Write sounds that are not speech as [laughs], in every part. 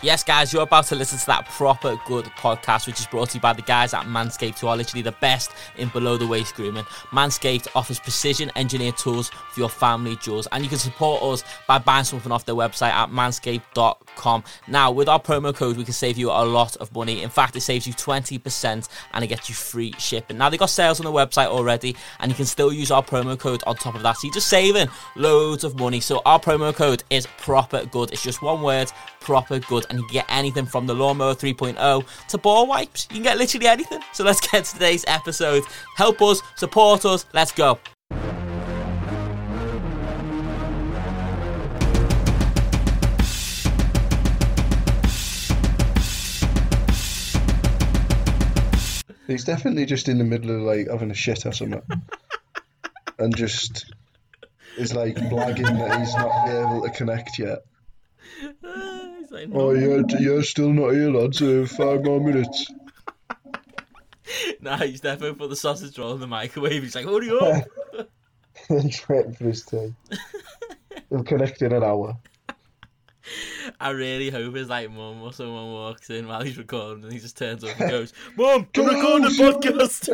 Yes, guys, you're about to listen to that proper good podcast, which is brought to you by the guys at Manscaped, who are literally the best in below the waist grooming. Manscaped offers precision engineered tools for your family jewels, and you can support us by buying something off their website at manscaped.com. Now, with our promo code, we can save you a lot of money. In fact, it saves you 20% and it gets you free shipping. Now, they've got sales on the website already, and you can still use our promo code on top of that. So you're just saving loads of money. So our promo code is proper good. It's just one word, proper good and you can get anything from the lawnmower 3.0 to ball wipes. You can get literally anything. So let's get to today's episode. Help us, support us, let's go. He's definitely just in the middle of like having a shit or something, and just is like blagging that he's not able to connect yet. Oh yeah, d- you're still not here, lads. Uh, five more minutes. [laughs] Nah, he's definitely put the sausage roll in the microwave. He's like, hurry up. he's waiting for his tea. He'll connect in an hour. I really hope it's like mum or someone walks in while he's recording and he just turns up and goes, Mum, I'm recording a podcast.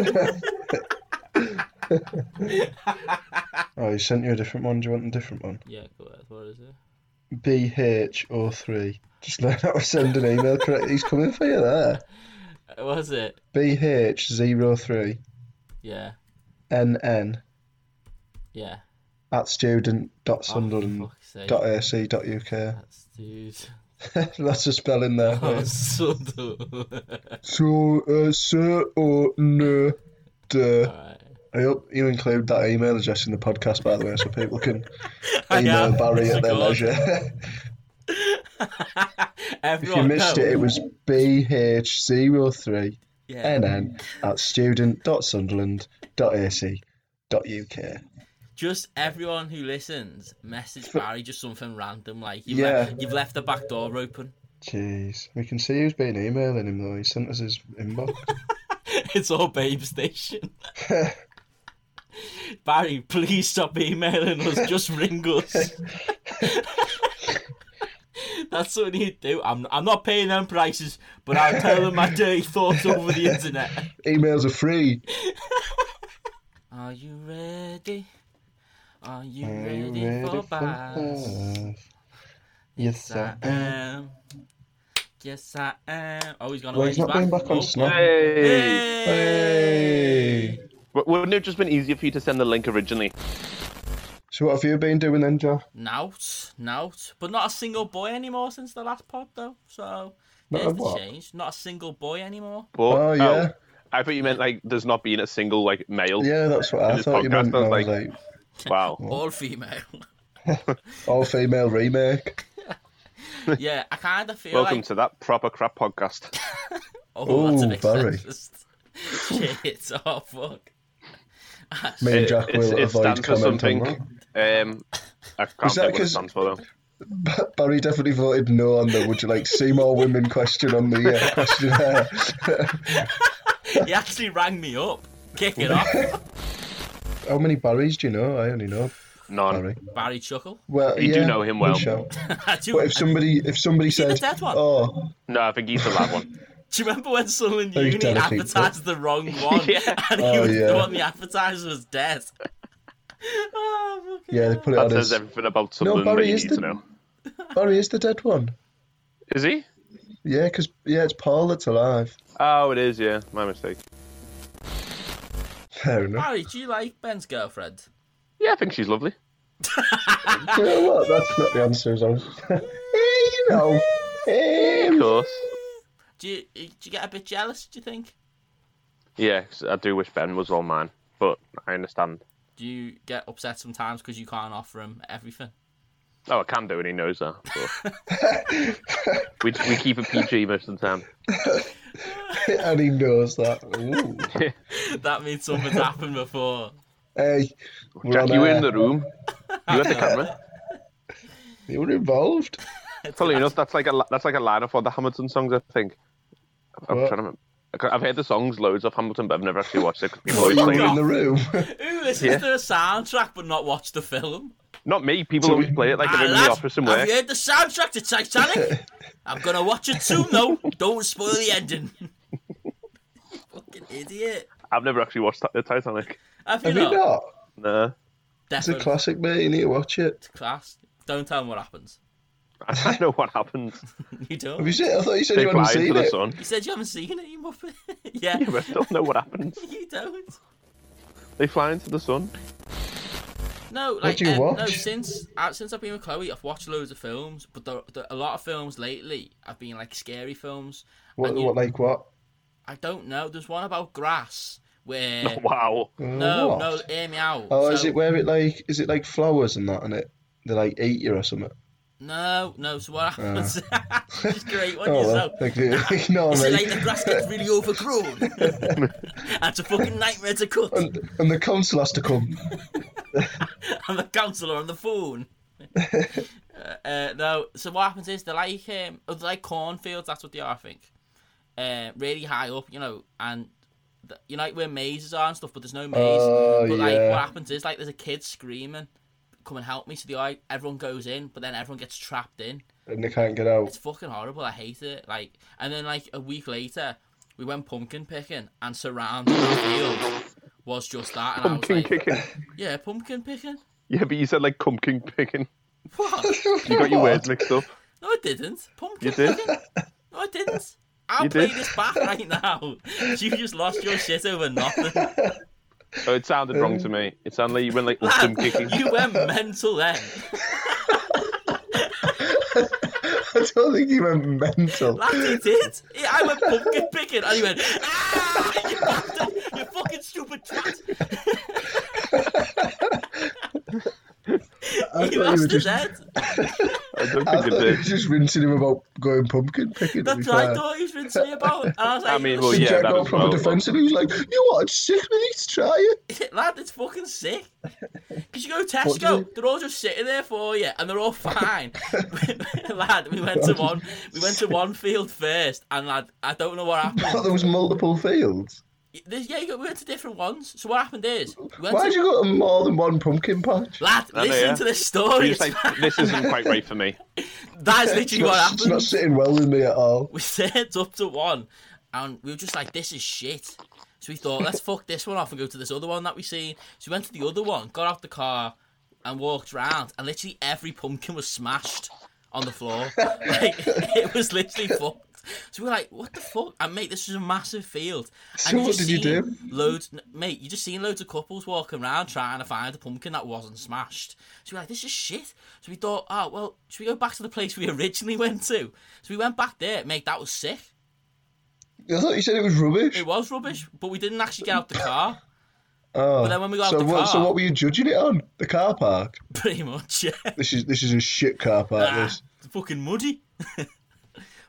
Oh, he sent you a different one. Do you want a different one? yeah, go ahead. What is it? BH03. Just learn how to send an email correct. He's coming for you there. Uh, What is it? BH03 Yeah, NN yeah. at Oh, student.sunderland.ac.uk. for fuck's sake. That's [laughs] dude. That's a spelling there. Oh, [laughs] mate. so dumb. So, uh, sir or no? Duh. Alright. I hope you include that email address in the podcast, by the way, so people can [laughs] I email am. Barry It's at their gone. leisure. [laughs] if you Everyone missed no. it, it was BH03NN Yeah. at student.sunderland.ac.uk. Just everyone who listens, message Barry just something random like you've, Yeah. left, you've left the back door open. Jeez, we can see who's been emailing him though. He sent us his [laughs] inbox. It's all babe [laughs] station. Barry, please stop emailing us. Just ring [laughs] us. That's what you do. I'm, I'm not paying them prices, but I'll tell them my dirty thoughts over the internet. Emails are free. Are you ready? Are you, Are you ready, for bass? bath? Yes, Yes, I I am. am. Yes, I am. Oh, he's gone Well, away. he's not going back on Oh. Snog. Hey! Hey! Hey! W- Wouldn't it have just been easier for you to send the link originally? So, what have you been doing then, Joe? Nout, nout. But not a single boy anymore since the last pod, though. So, Not a there's the what? change. Not a single boy anymore. But, Oh, yeah. I thought you meant like there's not been a single like male. Yeah, that's what I this thought you meant. podcast, I I was was like, Wow. All female. [laughs] all female remake. yeah, I kind of feel Welcome like... to that proper crap podcast. Oh, that's a Ooh, bit Barry. sexist. [laughs] Shit, oh, fuck. Me and It- Jack it's- will it avoid stands for comment on something. that. Um, I Was that can't remember what it 'cause- stands for though. But [laughs] Barry definitely voted no on the would you like to see more women question on the [laughs] uh, questionnaire. He actually rang me up. Kick it off. [laughs] How many Barrys do you know? I only know None. Barry. Barry Chuckle. [laughs] Well, You do yeah, know him good well. shout. I do. But if somebody if somebody seen the said, dead one? "Oh, No, I think he's the lad [laughs] one. Do you remember when Sunderland Oh, you Uni don't think advertised the wrong [laughs] one? Yeah. And he Oh, was, yeah. the one the advertiser was dead. oh, fucking yeah, they hell. put it That on as says everything about something that Barry you is need the- to know. Barry is the dead one." Is he? Yeah, because yeah, it's Paul that's alive. Oh, it is. Yeah, my mistake. Fair enough. Barry, do you like Ben's girlfriend? Yeah, I think she's lovely. you know what? That's not the answer. As I was... [laughs] hey, you know, hey, Of course. Do you, do you get a bit jealous, do you think? Yeah, 'cause I do wish Ben was all mine, but I understand. Do you get upset sometimes because you can't offer him everything? [laughs] Oh, I can do, and he knows that. but- [laughs] we, we keep it PG most of [laughs] the time. and he knows that. Ooh. That means something's happened before. Hey, we're Jack, on you were in air. the room. You had the camera. You were involved. Funnily enough, that's like a li- that's like a line of one of the Hamilton songs. I think. I'm What? trying to. remember. I ca- I've heard the songs loads of Hamilton, but I've Oh, never actually watched it. 'cause people [laughs] You always were play God. it. in the room. Who listens Yeah. to a soundtrack but not watch the film? Not me. People So always we- play it like Ah, they're in lad, the office and work. Have you heard the soundtrack to Titanic? I'm gonna watch it soon though. Don't spoil the ending. [laughs] Fucking idiot. I've never actually watched Ti- Titanic. Have you Have you not? not? Nah. It's a Definitely classic, mate. You need to watch it. class. Don't tell him what happens. I know [laughs] what happens. You don't. You Have you seen? I thought you said They you hadn't fly into seen the it. sun. said you haven't seen it, you muppet. [laughs] yeah. Yeah, but I don't know what happens. you don't. They fly into the sun. No, like do you um, no. watch? Since uh, since I've been with Chloe, I've watched loads of films, but the, the, a lot of films lately have been like scary films. What, And you- what, like what? I don't know. There's one about grass where Wow. Uh, no, what? no, hear me out. Oh, is So- it where it like is it like flowers and that, and it they like eat you or something? No, no. So what happens? [laughs] It's [laughs] great one Ah. Oh, yourself. well, [laughs] like, like, [laughs] no, So mate. like the grass gets really [laughs] overgrown. [laughs] That's a fucking nightmare to cut. And And, and the council has to come. the councillor on the [laughs] phone. uh, uh, no. So what happens is they're like um, oh, they're like cornfields. That's what they are, I think. Uh, really high up, you know, and th- you know like where mazes are and stuff, but there's no maze. Oh, but like what yeah. happens is like there's a kid screaming, "Come and help me!" So the eye, everyone goes in, but then everyone gets trapped in. and they can't get out. It's fucking horrible. I hate it. Like, and then like a week later, we went pumpkin picking, and surrounding the field was just that. And I Pumpkin was like, kicking. yeah, pumpkin picking. [laughs] Yeah, but you said like pumpkin picking. What? You got your words mixed up. No, I didn't. Pumpkin You did. picking. No, I [laughs] didn't. I'll You play did. this back right now. You just lost your shit over [laughs] nothing. Oh, it sounded wrong to me. It sounded like you went like pumpkin kicking. Lad, you went mental then. [laughs] I don't think you went mental. Lad, you did. Yeah, I went pumpkin picking, and you went, ah, [laughs] you bastard, you fucking stupid twat. [laughs] I thought You you were lost his just- head. I don't I think thought it you were [laughs] did. just rinsing him about going pumpkin picking. to be That's what I fair. thought he was rinsing me about. And I was like, I mean, well, And Oh, yeah, Jack that got as proper well. defensive. He was like, "You what? It's sick, mate. Try [laughs] it." lad, it's fucking sick. [laughs] Because you go to What do Tesco, you- they're all just sitting there for you, and [laughs] they're all fine. [laughs] lad, we went to one, we went to one field first, and lad, I don't know [laughs] what I thought happened. there was multiple fields. There's, yeah, you got- we went to different ones. So what happened is, we went Why to- would you go to more than one pumpkin [laughs] patch? lad, I know, listen yeah. to this You story. [laughs] just like this isn't quite right for me. That's [laughs] It's literally what not, it's happened. not sitting well with me at all. we [laughs] turned up to one, and we were just like, "This is shit." So we thought, "Let's fuck this one off and go to this other one that we seen." So we went to the other one, got out the car, and walked round, and literally every pumpkin was smashed on the [laughs] floor. like it was literally fucked. So we were like, "What the fuck?" And mate, this is a massive field. So and what just did you do? seen Loads, n- mate. You just seen loads of couples walking around trying to find a pumpkin that wasn't smashed. So we're like, "This is shit." So we thought, "Oh well, should we go back to the place we originally went to?" So we went back there, mate. That was sick. I thought you said it was rubbish. It was rubbish, but we didn't actually get out the car. Oh. But then when we got so out the what? So car- what were you judging it on? The car park. [laughs] Pretty much, yeah. This is this is a shit car park. This. It's fucking muddy. [laughs]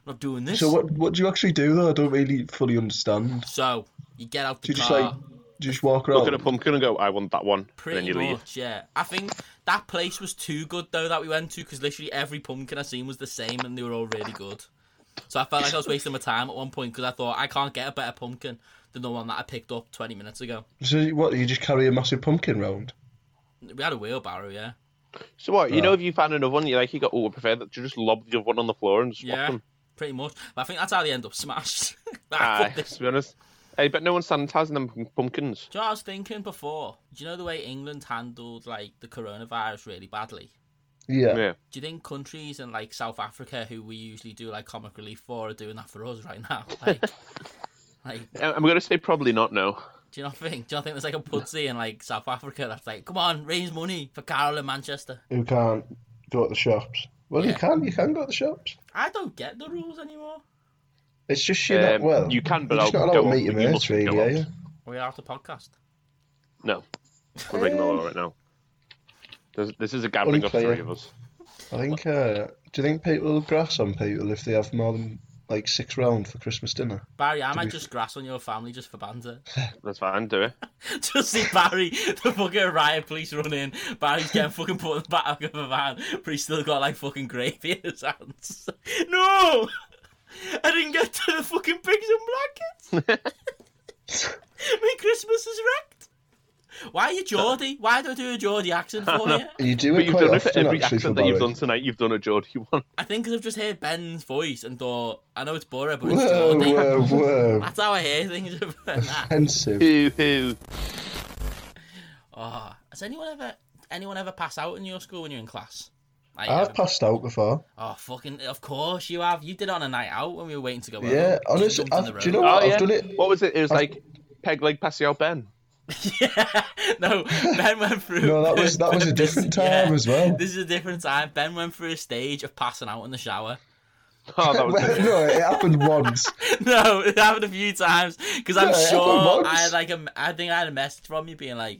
not doing this. So what what do you actually do though? I don't really fully understand. So, you get out the Do car. you just like just walk around? Look at a pumpkin and go, I want that one, Pretty and then you much, leave. yeah. I think that place was too good though that we went to because literally every pumpkin I seen was the same and they were all really good. So I felt like I was wasting my time at one point because I thought I can't get a better pumpkin than the one that I picked up 20 minutes ago. So what? You just carry a massive pumpkin round? We had a wheelbarrow, yeah. So what? You know, if you find another one, you like, you go, oh, I prefer that. You just lob the other one on the floor and swap Yeah, [laughs] them. pretty much. But I think that's how they end up smashed. [laughs] Ah, Aye, fuck this. to be honest. Hey, but no one's sanitising them pum- pumpkins. Do you know what I was thinking before? Do you know the way England handled like the coronavirus really badly? Yeah. Yeah. Do you think countries in like South Africa, who we usually do like comic relief for, are doing that for us right now? [laughs] Like, like Uh, I'm going to say probably not, no. do you not think? Do you not think there's like a putsy in like South Africa that's like, come on, raise money for Carol in Manchester? Who can't go to the shops? Well, you Yeah. can. You can go to the shops. I don't get the rules anymore. It's just you're not Um, well. you can, but you're just I'll not allowed go to up, meet your but you mates, mustn't really. go Are you? up. We're out of podcast. No. We're breaking the law right now. There's, this is a gathering of Unclear. three of us. I think. Uh, do you think people will grass on people if they have more than like six round for Christmas dinner? Barry, I might just grass on your family just for banter. That's fine, do it. just see Barry, the fucking riot police run in. Barry's getting fucking put in the back of a van, but he's still got like fucking gravy in his hands. [laughs] No! I didn't get to the fucking [laughs] pigs and blankets! My Christmas is wrecked! Why are you Geordie? Why do I do a Geordie accent for you? You do But it you've quite done it for often, every actually, for accent that you've Barry. done tonight. You've done a Geordie one. I think 'cause I've just heard Ben's voice and thought, I know it's Borough, but it's Whoa, Geordie. whoa, whoa. [laughs] That's how I hear things. Nah. Offensive. Who, who? oh, has anyone ever anyone ever pass out in your school when you're in class? Like, ever- I've passed out before. [laughs] Oh fucking! Of course you have. You did it on a night out when we were waiting to go. Yeah, home. You honestly, jumped on I- the do [laughs] you know road. what? Oh, I've yeah. done it. What was it? It was like peg leg passy out Ben. yeah. No, Ben went through. No, that was that was a this- [laughs] different yeah. time as well. This is a different time. Ben went through a stage of passing out in the shower. [laughs] [laughs] Oh, that no, [laughs] was it. it happened once. [laughs] no, it happened a few times because I'm Yeah, it sure happened I once. had like a, I think I had a message from you being like,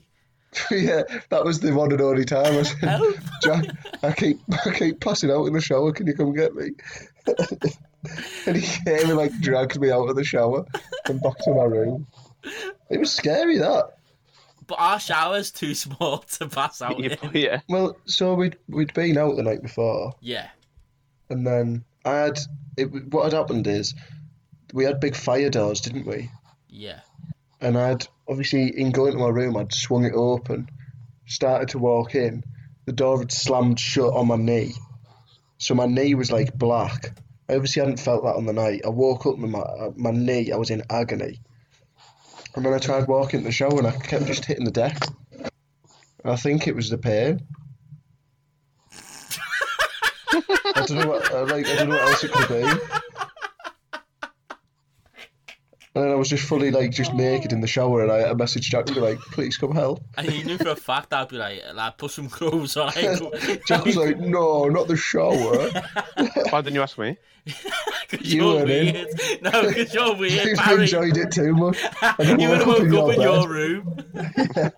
[laughs] yeah, that was the one and only time. I said, "Help!" Jack, I keep I keep passing out in the shower. Can you come get me? [laughs] and he came and like dragged me out of the shower and back to my room. It was scary that. But our shower's too small [laughs] to pass out You- in. yeah. Well, so we'd we'd been out the night before, Yeah, and then I had it. What had happened is we had big fire doors, didn't we? yeah. and I'd obviously in going to my room, I'd swung it open, started to walk in, the door had slammed shut on my knee, so my knee was like black. I obviously hadn't felt that on the night. I woke up with my uh, my knee, I was in agony, and then I tried walking to the shower, and I kept just hitting the deck. And I think it was the pain. I don't know what I, like. I don't know what else it could be. And then I was just fully like just naked in the shower, and I, I messaged Jack to be like, "Please come help." And you knew for a fact I'd be like, like put some clothes [laughs] on. [laughs] Jack was like, "No, not the shower." Why didn't you ask me? Because You you are weren't in. weird. No, because you're weird, [laughs] You've Barry. enjoyed it too much. I you didn't would have woke up wake in your bed. room.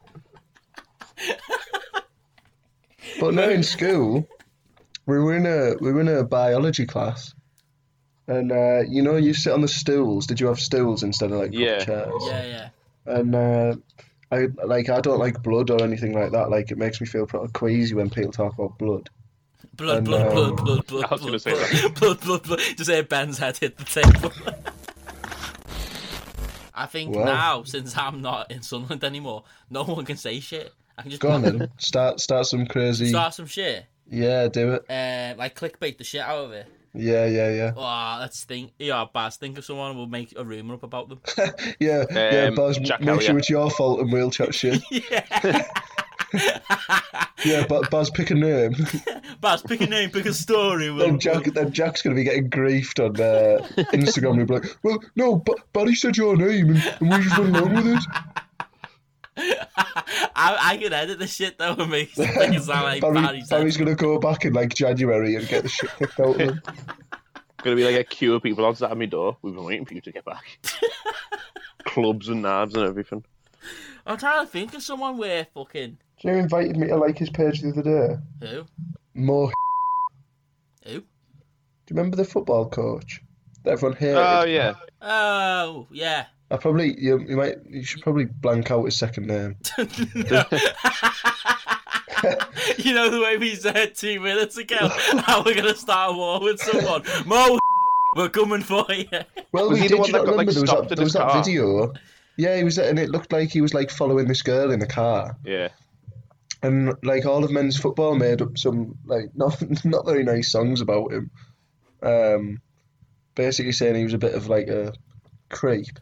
But no, in school, we were in a we were in a biology class, and uh, you know, you sit on the stools. Did you have stools instead of like proper Yeah. chairs? Yeah, yeah. And uh, I like I don't like blood or anything like that. Like it makes me feel pretty queasy when people talk about blood. Blood, And, blood, blood, um, blood, blood. I was gonna blood, say blood, [laughs] blood, blood, blood. Just hear Ben's head hit the table. [laughs] I think Well. now, since I'm not in Sunderland anymore, no one can say shit. I can just Go on then, start start some crazy. [laughs] start some shit. Yeah, do it. Uh, like clickbait the shit out of it. Yeah, yeah, yeah. Oh, let's think. Yeah, Baz, think of someone and we'll make a rumour up about them. [laughs] Yeah, yeah, Um, Baz, Jack make Elliott. sure it's your fault and we'll chat [laughs] shit. yeah, but Baz, pick a [laughs] name. Baz, pick a name, pick a story. We'll, then, Jack, then Jack's going to be getting griefed on uh, Instagram. He'll be like, well, no, but Barry said your name and, and we just went along with [laughs] it. I, [laughs] I can edit the shit though and [laughs] make something sound like Barry, Barry's head. Barry's going to go back in like January and get the shit kicked out of [laughs] him. Gonna be like a queue of people outside my door. We've been waiting for you to get [laughs] back. Clubs and knives and everything. I'm trying to think of someone where fucking Do you know who invited me to like his page the other day? who Mo. who. Do you remember the football coach? that Everyone hated. Oh yeah. Oh yeah. [laughs] I probably you, you might you should probably blank out his second name. No. you know the way we said two minutes [laughs] ago how we're gonna start a war with someone. Mo, [laughs] we're coming for you. [laughs] Well, Was we he the did. one you that not got, like, remember there was stopped that, in there his was that car? video. Yeah, he was, and it looked like he was like following this girl in the car, Yeah. and like all of men's football made up some like [laughs] not not very nice songs about him. Um, basically saying he was a bit of like a creep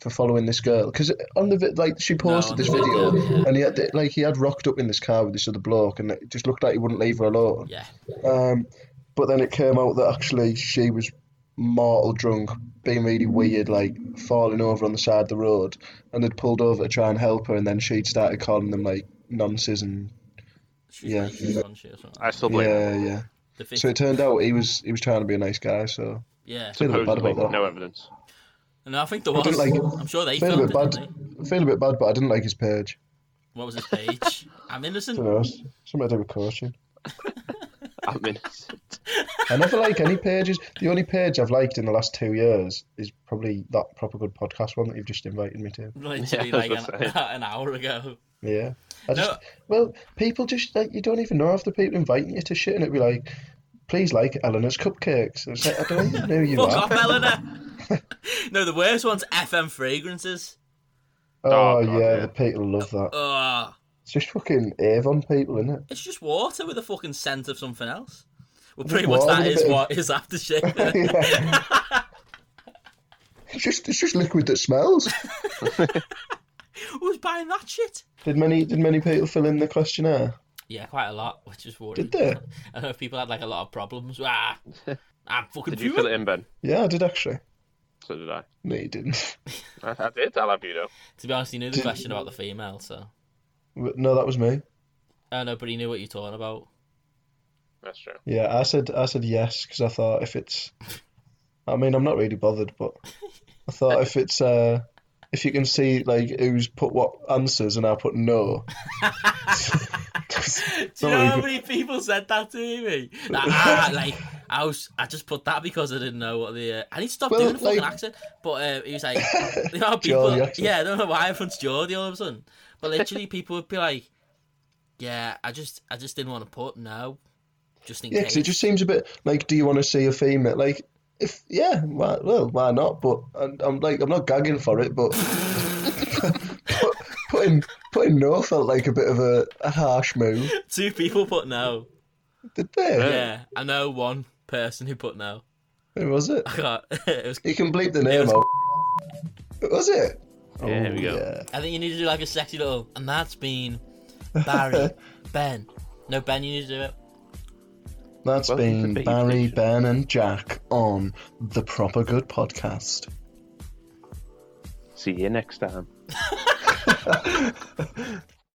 for following this girl because on the vi- like she posted on this the video, video, yeah. and he had like he had rocked up in this car with this other bloke, and it just looked like he wouldn't leave her alone. Yeah. Um, but then it came out that actually she was mortal drunk, being really weird, like falling over on the side of the road, and they'd pulled over to try and help her, and then she'd started calling them like nonces and She's Yeah. she's on shit or something. I still blame. him. yeah, yeah. The So thing- it turned out he was he was trying to be a nice guy, so yeah. feel a bit bad Supposedly, about that. no evidence. [laughs] And I think there I was. didn't like- I'm sure they feel a filmed bit it. bad. didn't they? I feel a bit bad, but I didn't like his page. What was his [laughs] page? I'm innocent. You know, it's something to do with coaching. I mean, I never like any pages. The only page I've liked in the last two years is probably that proper good podcast one that you've just invited me to. Literally Yeah, I was like gonna an, an [laughs] hour ago. Yeah. I No. just, well, people just like you don't even know if the people inviting you to shit, and it'd be like, please like Eleanor's cupcakes. And it's like, I don't even know who you Fuck [laughs] are. [laughs] off, Eleanor. no, the worst one's FM fragrances. Oh, yeah, God, yeah. the people love that. Ugh. It's just fucking Avon people, isn't it? It's just water with a fucking scent of something else. Well, pretty much water that with a is bit of- what is aftershave. [laughs] isn't it? yeah. [laughs] It's just it's just liquid that smells. Who's buying that shit? Did many did many people fill in the questionnaire? Yeah, quite a lot, [laughs] which is worrying. Did they? I don't know if people had like a lot of problems. [laughs] Ah, I'm fucking Did you fill fuming. it in, Ben? Yeah, I did actually. So did I. No, you didn't. [laughs] I, I did. I'll have you know. To be honest, he knew the Did- question about the female, so. But No, that was me. Oh no, but he knew what you're talking about. That's true. Yeah, I said I said yes because I thought if it's, I mean, I'm not really bothered, but I thought if it's uh, if you can see like who's put what answers and I put no. Do you Not know really how good. many people said that to me? Like, ah, like I was, I just put that because I didn't know what the. Uh, I need to stop Well, doing the fucking like- accent. But uh, he [laughs] was like, you know how people, Geordie accent. yeah, I don't know why everyone's Geordie all of a sudden. But [laughs] literally, people would be like, "Yeah, I just, I just didn't want to put no, just in case." Yeah, because it just seems a bit like, do you want to see a female? Like, if yeah, why, well, why not? But and I'm like, I'm not gagging for it, but [laughs] put- putting putting no felt like a bit of a, a harsh move. Two people put no. Did they? Yeah. [laughs] I know one person who put no. [laughs] Who was it? I can't. It was. You can bleep the name was- out. Was it? Yeah, here we go. Oh, Yeah. I think you need to do like a sexy little, and that's been Barry, Ben. No, Ben, you need to do it. That's Welcome to been Beat Barry, Nation. Ben, and Jack on the Proper Good podcast. See you next time.